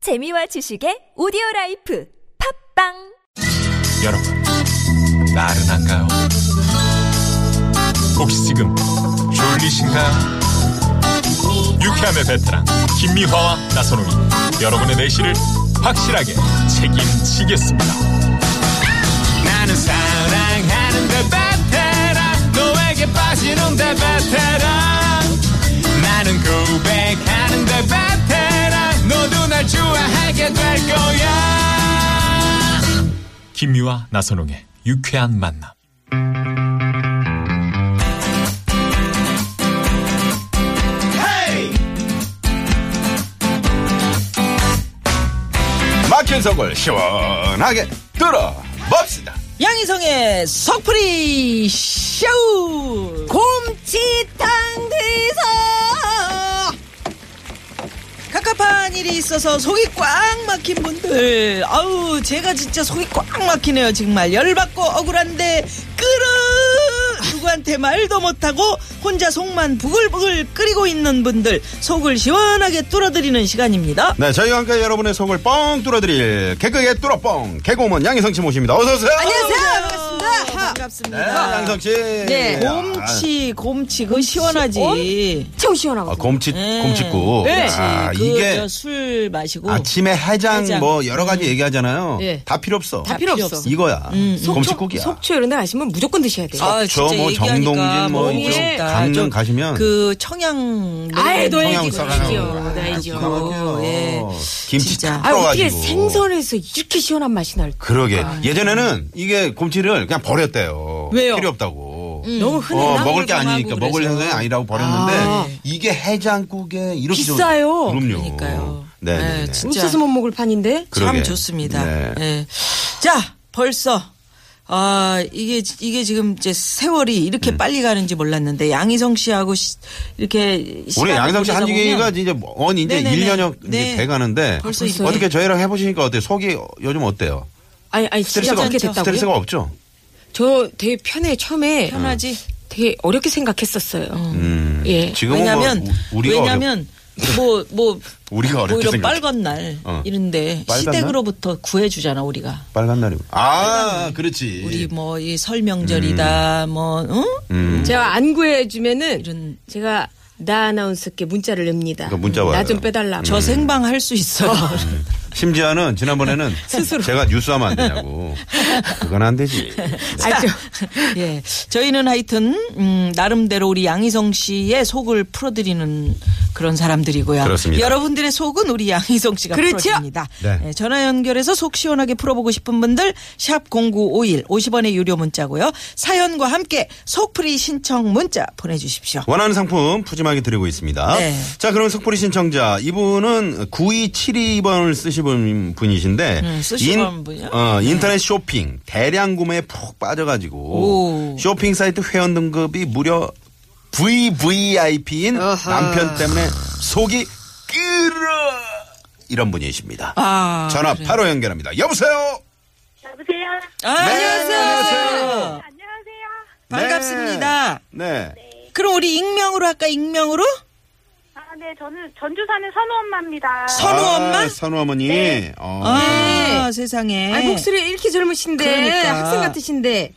재미와 지식의 오디오 라이프 팝빵 여러분, 나른한가요? 혹시 지금 졸리신가요? 유쾌함의 베테랑 김미화와 나선홍이 여러분의 내실을 확실하게 책임지겠습니다. 나는 사랑하는데 베테랑 너에게 빠지는데 베테랑 나는 고백하는데 베테랑 너도 날 좋아하게 될 거야 김미화 나선홍의 유쾌한 만남. 막힌 속을 시원하게 뚫어봅시다. 양희성의 석프리 쇼 곰치탕 대사 갑갑한 일이 있어서 속이 꽉 막힌 분들 아우 제가 진짜 속이 꽉 막히네요 정말 열받고 억울한데 끓어 누구한테 말도 못하고 혼자 속만 부글부글 끓이고 있는 분들 속을 시원하게 뚫어드리는 시간입니다 네, 저희와 함께 여러분의 속을 뻥 뚫어드릴 개그의 뚫어뻥 개그우먼 양희성 씨 모십니다. 어서 오세요. 반갑습니다 네, 반갑습니다 양희성 씨. 네. 야, 아. 곰치, 곰치, 그거 시원하지. 엄청 시원하고 아, 곰치 곰치국. 네. 아, 그 이게 저술 마시고. 아침에 해장, 해장. 뭐 여러 가지 얘기하잖아요. 예. 다 필요 없어. 다 필요 없어. 음, 이거야. 곰치국이야. 속초 이런 데 가시면 무조건 드셔야 돼요. 아, 속초, 진짜 뭐 얘기하니까 정동진, 뭐 먹고 이쪽 싶다. 강릉 좀 가시면. 그 청양. 네. 아예 도 넣어야지. 청양 썰어가지고. 넣어야지요. 네, 아, 넣어야지요. 그거 먹어요. 예. 김치 진짜. 딱 아, 어떻게 풀어가지고. 생선에서 이렇게 시원한 맛이 날까? 그러게. 예전에는 이게 곰치를 그냥 버렸대요. 아, 네. 왜요? 음. 필요 없다고. 너무 어, 흔해나? 먹을 게 나물도 아니니까 하고 먹을 그래서. 현상이 아니라고 버렸는데 아. 이게 해장국에 이렇게 좀- 비싸요. 그럼요. 그러니까요. 네, 네, 네, 네. 진짜. 없어서 못 먹을 판인데. 참 그러게. 좋습니다. 네. 예. 자, 벌써. 아, 이게, 이게 지금 이제 세월이 이렇게 음. 빨리 가는지 몰랐는데, 양희성 씨하고 시- 이렇게. 우리 시간을 양희성 씨 보내다 한 얘기가 보면 이제 언 이제 네네네. 1년여 네. 이제 돼가는데 벌써 이제- 어떻게 저희랑 해보시니까 어때요? 속이 요즘 어때요? 아니, 아니, 진짜 스트레스가, 그렇게 없- 됐다고요? 스트레스가 없죠? 저 되게 편해, 처음에. 편하지. 되게 어렵게 생각했었어요. 음. 예. 지금은 왜냐면, 뭐 우- 우리가 어렵, 왜냐면, 뭐, 뭐, 우리가 뭐 어렵게 이런 생각 빨간 날 어. 이런데 빨간 날? 시댁으로부터 구해주잖아 우리가 빨간 날이 아 그렇지 우리 뭐 이 음. 설명절이다 뭐 응? 제가 안 구해주면은 이런- 제가 나 아나운서께 문자를 냅니다. 그러니까 문자 와요. 나 좀 빼달라고. 저 생방 할 수 있어 음. 심지어는 지난번에는 제가 뉴스하면 안 되냐고 그건 안 되지 아, 저- 예 저희는 하여튼 음, 나름대로 우리 양희성 씨의 속을 풀어드리는 그런 사람들이고요 그렇습니다. 여러분들의 속은 우리 양희성 씨가 그렇죠. 풀어줍니다 네. 예, 전화 연결해서 속 시원하게 풀어보고 싶은 분들 샵 #0951 50원의 유료 문자고요 사연과 함께 속풀이 신청 문자 보내주십시오. 원하는 상품 푸짐하게 드리고 있습니다. 네. 자, 그럼 속보리 신청자 이분은 9272번을 쓰시는 분이신데 음, 쓰시는 분이요? 네. 어, 인터넷 쇼핑 대량 구매에 푹 빠져가지고 오. 쇼핑 사이트 회원 등급이 무려 VVIP인 남편 때문에 속이 끓어 이런 분이십니다. 아, 전화 바로 연결합니다. 여보세요. 여보세요. 아, 네, 안녕하세요. 안녕하세요. 반갑습니다. 네. 그럼 우리 익명으로 할까 익명으로? 아, 네, 저는 전주 사는 선우 엄마입니다. 선우 엄마? 아, 선우 어머니. 어. 아, 세상에. 아니, 목소리 이렇게 젊으신데 그러니까. 학생 같으신데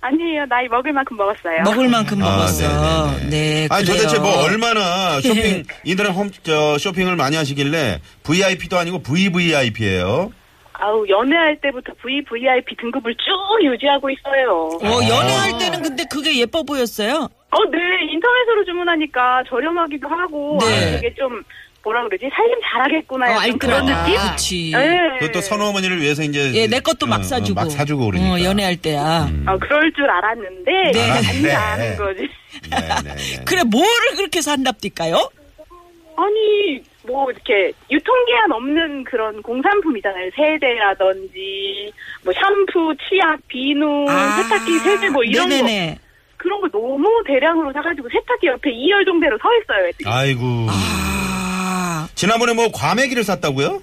아니에요. 나이 먹을 만큼 먹었어요. 먹을 만큼 아, 먹었어. 네네네. 네. 아니 그래요. 도대체 뭐 얼마나 쇼핑 인터넷 홈, 저, 쇼핑을 많이 하시길래 VIP도 아니고 VVIP예요. 아우, 연애할 때부터 VVIP 등급을 쭉 유지하고 있어요. 어, 연애할 때는 근데 그게 예뻐 보였어요. 어, 네. 인터넷으로 주문하니까 저렴하기도 하고, 네. 아, 되게 좀, 뭐라 그러지? 살림 잘하겠구나. 어, 약간 알뜰하다. 그런 느낌? 그렇지. 네. 그것도 선우 어머니를 위해서 이제 예, 내 것도 어, 막 어, 사주고. 막 사주고 그러니까. 음. 어, 연애할 때야. 아, 그럴 줄 알았는데, 네. 아니, 아, 네. 아는 거지. 네, 네, 네. 그래, 뭐를 그렇게 산답디까요? 어, 아니, 뭐, 이렇게, 유통기한 없는 그런 공산품이잖아요. 세제라든지, 뭐, 샴푸, 치약, 비누, 세탁기, 세제, 뭐, 이런 거. 아, 네네네. 그런 거 너무 대량으로 사가지고 세탁기 옆에 이열 동대로 서 있어요. 애들이. 아이고. 아, 지난번에 뭐 과메기를 샀다고요?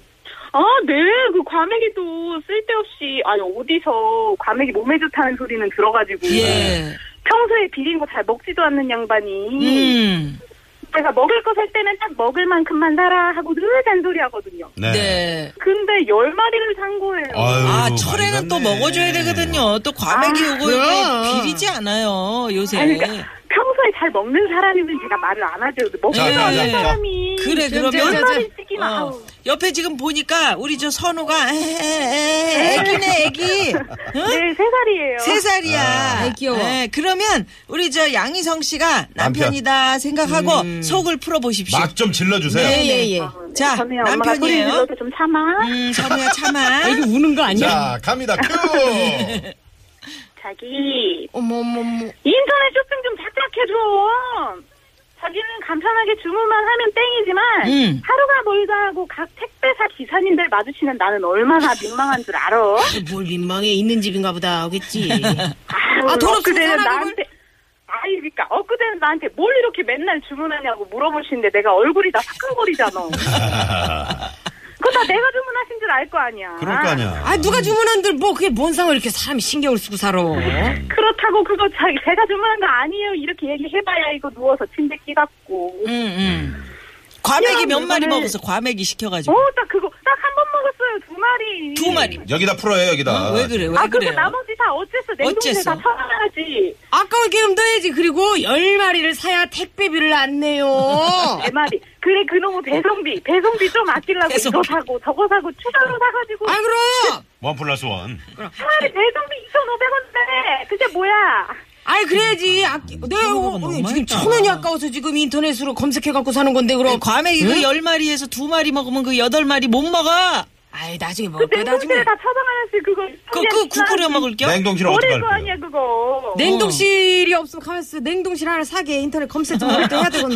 아, 네. 그 과메기도 쓸데없이, 아니, 어디서 과메기 몸에 좋다는 소리는 네. 들어가지고. 예. 평소에 비린 거 잘 먹지도 않는 양반이 음. 제가 먹을 거 살 때는 딱 먹을 만큼만 사라 하고 늘 잔소리 하거든요. 네. 네. 근데 열 마리를 산 거예요. 아유, 아, 많이 철에는 또 갔네. 먹어줘야 되거든요. 또 과메기 아, 요거 요거 비리지 않아요, 요새. 아니, 그러니까 평소에 잘 먹는 사람이면 제가 말을 안 하죠. 근데 먹지 자, 자, 않는 자, 자. 사람이 그래, 그러면. 열 마리씩이나 어. 아우. 옆에 지금 보니까 우리 저 선우가 에헤헤 애기네 애기 네, 세 살이에요. 세 살이야. 아이, 귀여워. 예, 그러면 우리 저 양희성 씨가 남편이다 생각하고 음. 속을 풀어 보십시오. 막 좀 질러주세요. 네. 예예 아, 예. 자, 전에 엄마가 소리 남편이에요. 질러서 좀 참아. 음, 선우야 참아. 애기 우는 거 아니야? 자, 갑니다. 큐! 자기 어머 어머 어머. 인터넷 쇼핑 좀 작작해줘. 자기는 간편하게 주문만 하면 땡이지만 음. 하루가 멀다 하고 각 택배사 기사님들 마주치는 나는 얼마나 민망한 줄 알아? 뭘 민망해 있는 집인가 보다 하겠지. 아유, 아, 돈 없으면 엊그제는 사라고 나한테 아이 그러니까 엊그제는 나한테 뭘 이렇게 맨날 주문하냐고 물어보시는데 내가 얼굴이 다 사끈거리잖아. 그거 다 내가 주문하신 줄 알 거 아니야. 그럴 거 아니야. 아 누가 주문한들 뭐 그게 뭔 상을 이렇게 사람이 신경을 쓰고 살아. 그렇다고 그거 자, 제가 주문한 거 아니에요. 이렇게 얘기해봐야 이거 누워서 침대 끼갖고. 음, 음. 과메기 몇 이거는- 마리 먹었어? 과메기 시켜 가지고. 어, 딱 그거 딱 한 번 먹었어요. 두 마리. 두 마리. 네, 여기다 풀어요, 여기다. 어, 왜 그래? 왜 아, 그거 그래요? 나머지 다 어째서 냉동실에 어째서? 다 처분하지. 아까운 기름 넣어야지. 그리고 열 마리를 사야 택배비를 안 내요. 내 말이. 네 그래, 그놈의 배송비. 배송지 좀 아끼려고 어? 배송비. 이거 사고 저거 사고 추가로 사가지고. 아 그럼. 원 플러스 원. 차라리 배송비 2,500원인데. 그게 뭐야. 아이 그래야지. 아, 내가 너무 어, 너무 지금 많다. 천 원이 아까워서 지금 인터넷으로 검색해 갖고 사는 건데 그럼. 과메기 그 10마리에서 두마리 먹으면 그 여덟 마리못 먹어. 아이 나중에 먹을 거야 나중에. 그 냉동실에 다 처방하는지 그거. 그, 그 구꾸려 먹을 겸. 냉동실 어떻게 버릴 할 거 거예요? 아니야 그거. 냉동실이 없으면 가만 있어. 냉동실 하나 사게 인터넷 검색 좀 그래도 해야 되겠네.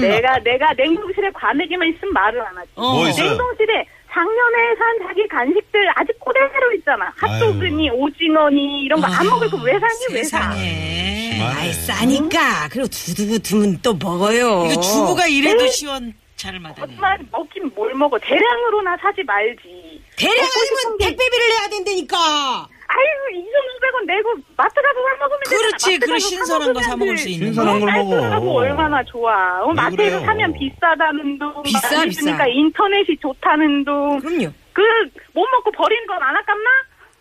내가 내가 냉동실에 과메기만 있으면 말을 안 하지. 음. 어. 뭐 있어요? 냉동실에 작년에 산 자기 간식들 아직 그대로 있잖아. 핫도그니 오징어니 이런 거 안 먹을 거 왜 사니 왜 사? 아, 세상에. 아이 그만해. 싸니까. 그리고 두두고 두면 또 먹어요. 이거 주부가 이래도 어, 시원찮을 마다네. 정말 먹긴 뭘 먹어. 대량으로나 사지 말지. 대량 먹고 싶은 아니면 게- 택배비를 내야 된다니까. 아유 2,500원 내고 마트 가서 사 먹으면 그렇지. 되잖아. 마트 그런 가서 신선한 거 사 먹을 수 사먹으면 있는 거. 신선한 너무 걸 먹어. 깔끔하고 얼마나 좋아. 어, 왜 마트에서 그래요? 사면 비싸다는 둥. 비싸, 많이 비싸. 쓰니까 인터넷이 좋다는 둥. 그럼요. 그 못 먹고 버리는 건 안 아깝나?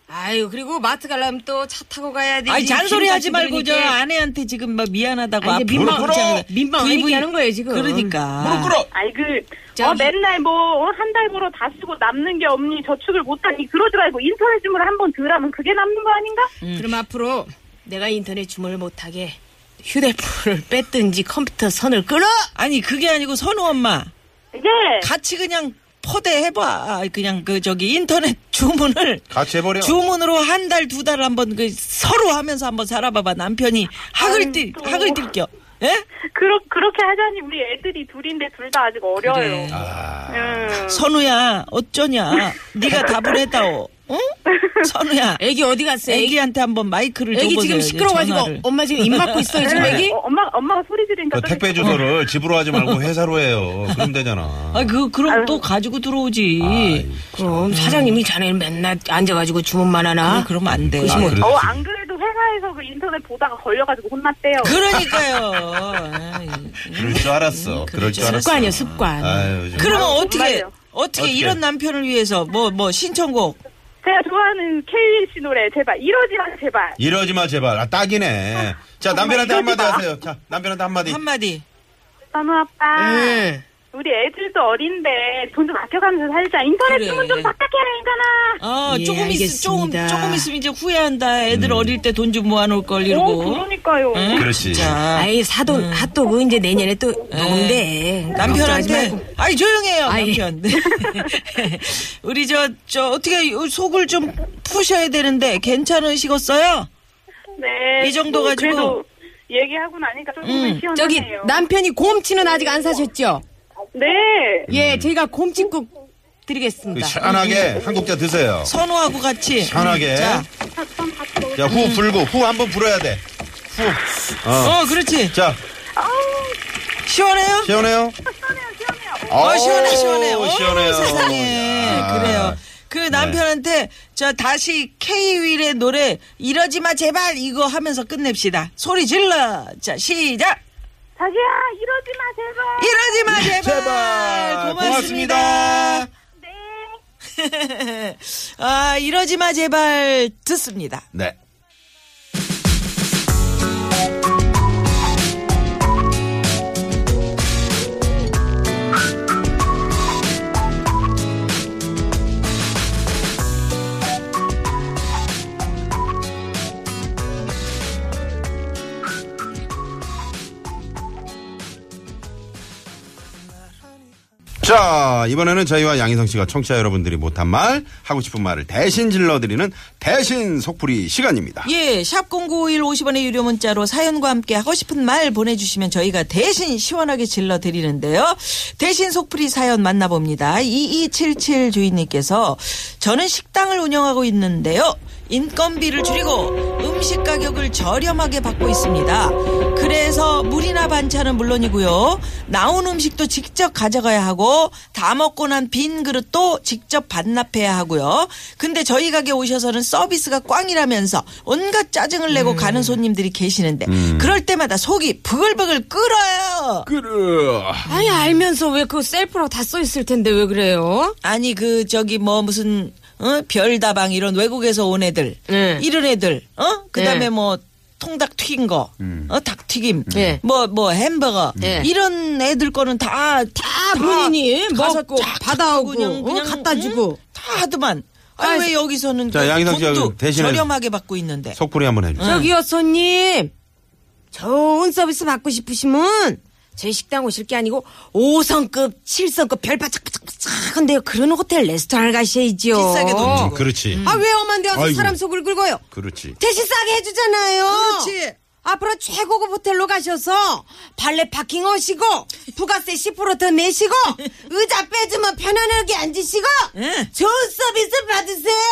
아유 그리고 마트 가려면 또 차 타고 가야 돼. 아니 이게 그러니까. 잔소리 하지 기름값이 말고 저 들으니까. 아내한테 지금 막 미안하다고 아니, 이제 앞으로 민망- 어, 그러지 않아요. 민망하게 부이부이- 얘기하는 거예요, 지금. 그러니까. 아이 그 어, 저기- 맨날 뭐 한 달 벌어 다 쓰고 남는 게 없니 저축을 못하니 그러지 말고 인터넷 주문 한번 들하면 그게 남는 거 아닌가? 음. 그럼 앞으로 내가 인터넷 주문을 못하게 휴대폰을 뺐든지 컴퓨터 선을 끊어. 아니 그게 아니고 선우 엄마 네. 이게 같이 그냥 포대해봐. 그냥 그 저기 인터넷 주문을 같이 해버려. 주문으로 한 달 두 달 한번 그 서로 하면서 한번 살아봐봐 남편이 학을 띠 아이고. 학을 뛸겨. 예? 그러, 그렇게 하자니 우리 애들이 둘인데 둘 다 아직 어려요. 그래. 아. 음. 선우야 어쩌냐? 네가 답을 해다오. 응? 선우야. 애기 어디 갔어? 애기, 애기한테 한번 마이크를 애기, 줘보세요. 지금 이제 시끄러워가지고 전화를. 네. 엄마 지금 입 막고 있어요 지금 예? 애기. 어, 엄마 엄마가 소리 지르니까 그 택배 주소를 집으로 하지 말고 회사로 해요. 그럼 되잖아. 아, 그, 그럼 또 가지고 들어오지. 아이, 그럼 사장님이 자네는 맨날 앉아가지고 주문만 하나. 그러면안 돼. 아, 그래도 어 안 그래도 회사에서 그 인터넷 보다가 걸려가지고 혼났대요. 아, 그- 그러니까요. 그럴 줄 알았어. 그럴 줄 알았어. 습관이야 습관. 아유, 좀. 음. 그러면 아유, 어떻게, 정말요. 음. 어떻게 어떻게? 이런 남편을 위해서 뭐 뭐 신청곡 제가 좋아하는 케일 씨 노래 제발 이러지 마 제발. 이러지 마 제발. 아 딱이네. 자 남편한테 한마디 정말 이러지 마. 하세요. 자 남편한테 네. 한마디. 한마디. 선우 아빠. 예. 응. 우리 애들도 어린데 돈 좀 아껴가면서 살자. 인터넷 그래. 주문 좀 바깥게라 이잖아. 어, 예, 조금 있으면 조금 알겠습니다. 조금 있으면 이제 후회한다. 애들 어릴 때 돈 좀 모아놓을 걸 어, 오 이러고. 어, 그러니까요. 그렇지. 자, 아이 사돈 음. 핫도그 이제 내년에 또 네. 먹는데 걱정하지 말고. 남편한테. 아이 조용해요 아이. 남편. 네. 우리 저 저 어떻게 요 속을 좀 푸셔야 되는데 괜찮으시겠어요? 네. 이 정도 뭐, 가지고. 음, 그래도 얘기하고 나니까 조금 시원하네요. 저기 남편이 곰치는 아직 안 사셨죠? 네. 음. 예, 저희가 곰칫국 그 드리겠습니다. 시원하게 음. 한국자 드세요. 선호하고 같이. 시원하게. 자, 자 후 불고 후 한 번 불어야 돼. 음. 어 그렇지. 자 시원해요? 시원해요? 어, 아우, 시원해, 시원해. 어, 시원해요. 아. 네. 세상에. 야. 그래요. 그 남편한테 저 다시 K윌의 노래 이러지 마 제발 이거 하면서 끝냅시다. 소리 질러. 자, 시작. 자기야 이러지 마 제발. 이러지 마 제발. 네, 제발. 고맙습니다. 아 이러지 마 제발 듣습니다. 네. 자, 이번에는 저희와 양희성 씨가 청취자 여러분들이 못한 말, 하고 싶은 말을 대신 질러드리는 대신 속풀이 시간입니다. 예, 샵 #0951 50원의 유료 문자로 사연과 함께 하고 싶은 말 보내주시면 저희가 대신 시원하게 질러 드리는데요. 대신 속풀이 사연 만나봅니다. 2277 주인님께서 저는 식당을 운영하고 있는데요. 인건비를 줄이고 음식 가격을 저렴하게 받고 있습니다. 그래서 물이나 반찬은 물론이고요. 나온 음식도 직접 가져가야 하고 다 먹고 난 빈 그릇도 직접 반납해야 하고요. 근데 저희 가게 오셔서는 서비스가 꽝이라면서 온갖 짜증을 내고 가는 손님들이 계시는데 그럴 때마다 속이 부글부글 끓어요. 아니 알면서 왜 그 셀프로 다 써 있을 텐데 왜 그래요? 아니 그 저기 뭐 무슨 어? 별다방 이런 외국에서 온 애들 네. 이런 애들 어 그다음에 네. 뭐 통닭 튀긴 거, 음. 어, 닭 튀김, 네. 뭐, 뭐, 햄버거, 네. 이런 애들 거는 다, 다, 아, 본인이 가서 먹고 쫙 받아오고, 어, 그냥, 어, 그냥 갖다 응? 주고. 다 하더만. 아, 아이, 왜 여기서는 자, 그 양희성 씨가 돈도 그럼 대신해서- 저렴하게 받고 있는데. 속풀이 한번 해주세요. 저기요 손님 좋은 서비스 받고 싶으시면 저희 식당 오실 게 아니고 5성급 7성급 별 바짝바짝바짝한데 그런 호텔 레스토랑을 가셔야지요 비싸게 돈 주고. 음, 그렇지. 아왜 엄한 데 와서 아이고. 사람 속을 긁어요 그렇지. 대신 싸게 해주잖아요 그렇지. 앞으로 최고급 호텔로 가셔서 발레 파킹 오시고 부가세 10%더 내시고 의자 빼주면 편안하게 앉으시고 응. 좋은 서비스 받으세요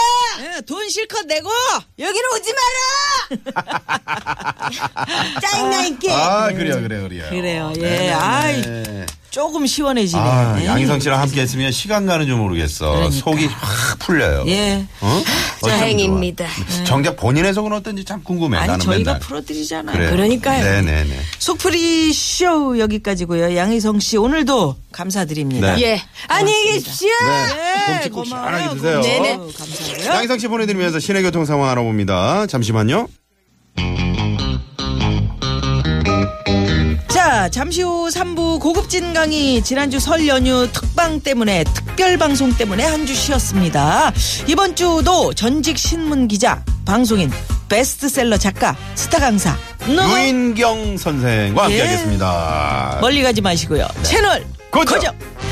예, 돈 실컷 내고! 여기로 오지 마라! 짜증나 있게! 아, 그래요, 그래요, 그래요. 그래요, 예. 아이, 네. 조금 시원해지네. 아, 예. 양희성 씨랑 함께 했으면 시간 가는 줄 모르겠어. 속이 확 풀려요. 예. 어? 어쩜 다행입니다. 좋아. 정작 본인의 속은 어떤지 참 궁금해. 아니, 나는 저희가 맨날. 풀어드리잖아요. 그래. 그러니까요. 네네네. 속풀이 쇼 여기까지고요. 양희성 씨 오늘도 감사드립니다. 네. 예. 안녕히 계십시오! 네. 곰치 꼭 시원하게 드세요. 어. 네네. 네네. 감사해요. 양희성 씨 보내드리면서 시내 교통 상황 알아봅니다. 잠시만요. 자, 잠시 후 3부 고급진 강의 지난주 설 연휴 특방 때문에 특별 방송 때문에 한 주 쉬었습니다. 이번 주도 전직 신문 기자, 방송인, 베스트셀러 작가, 스타 강사 어? 누구 유인경 선생과 예. 함께하겠습니다. 네. 멀리 가지 마시고요. 채널 고정! 고정.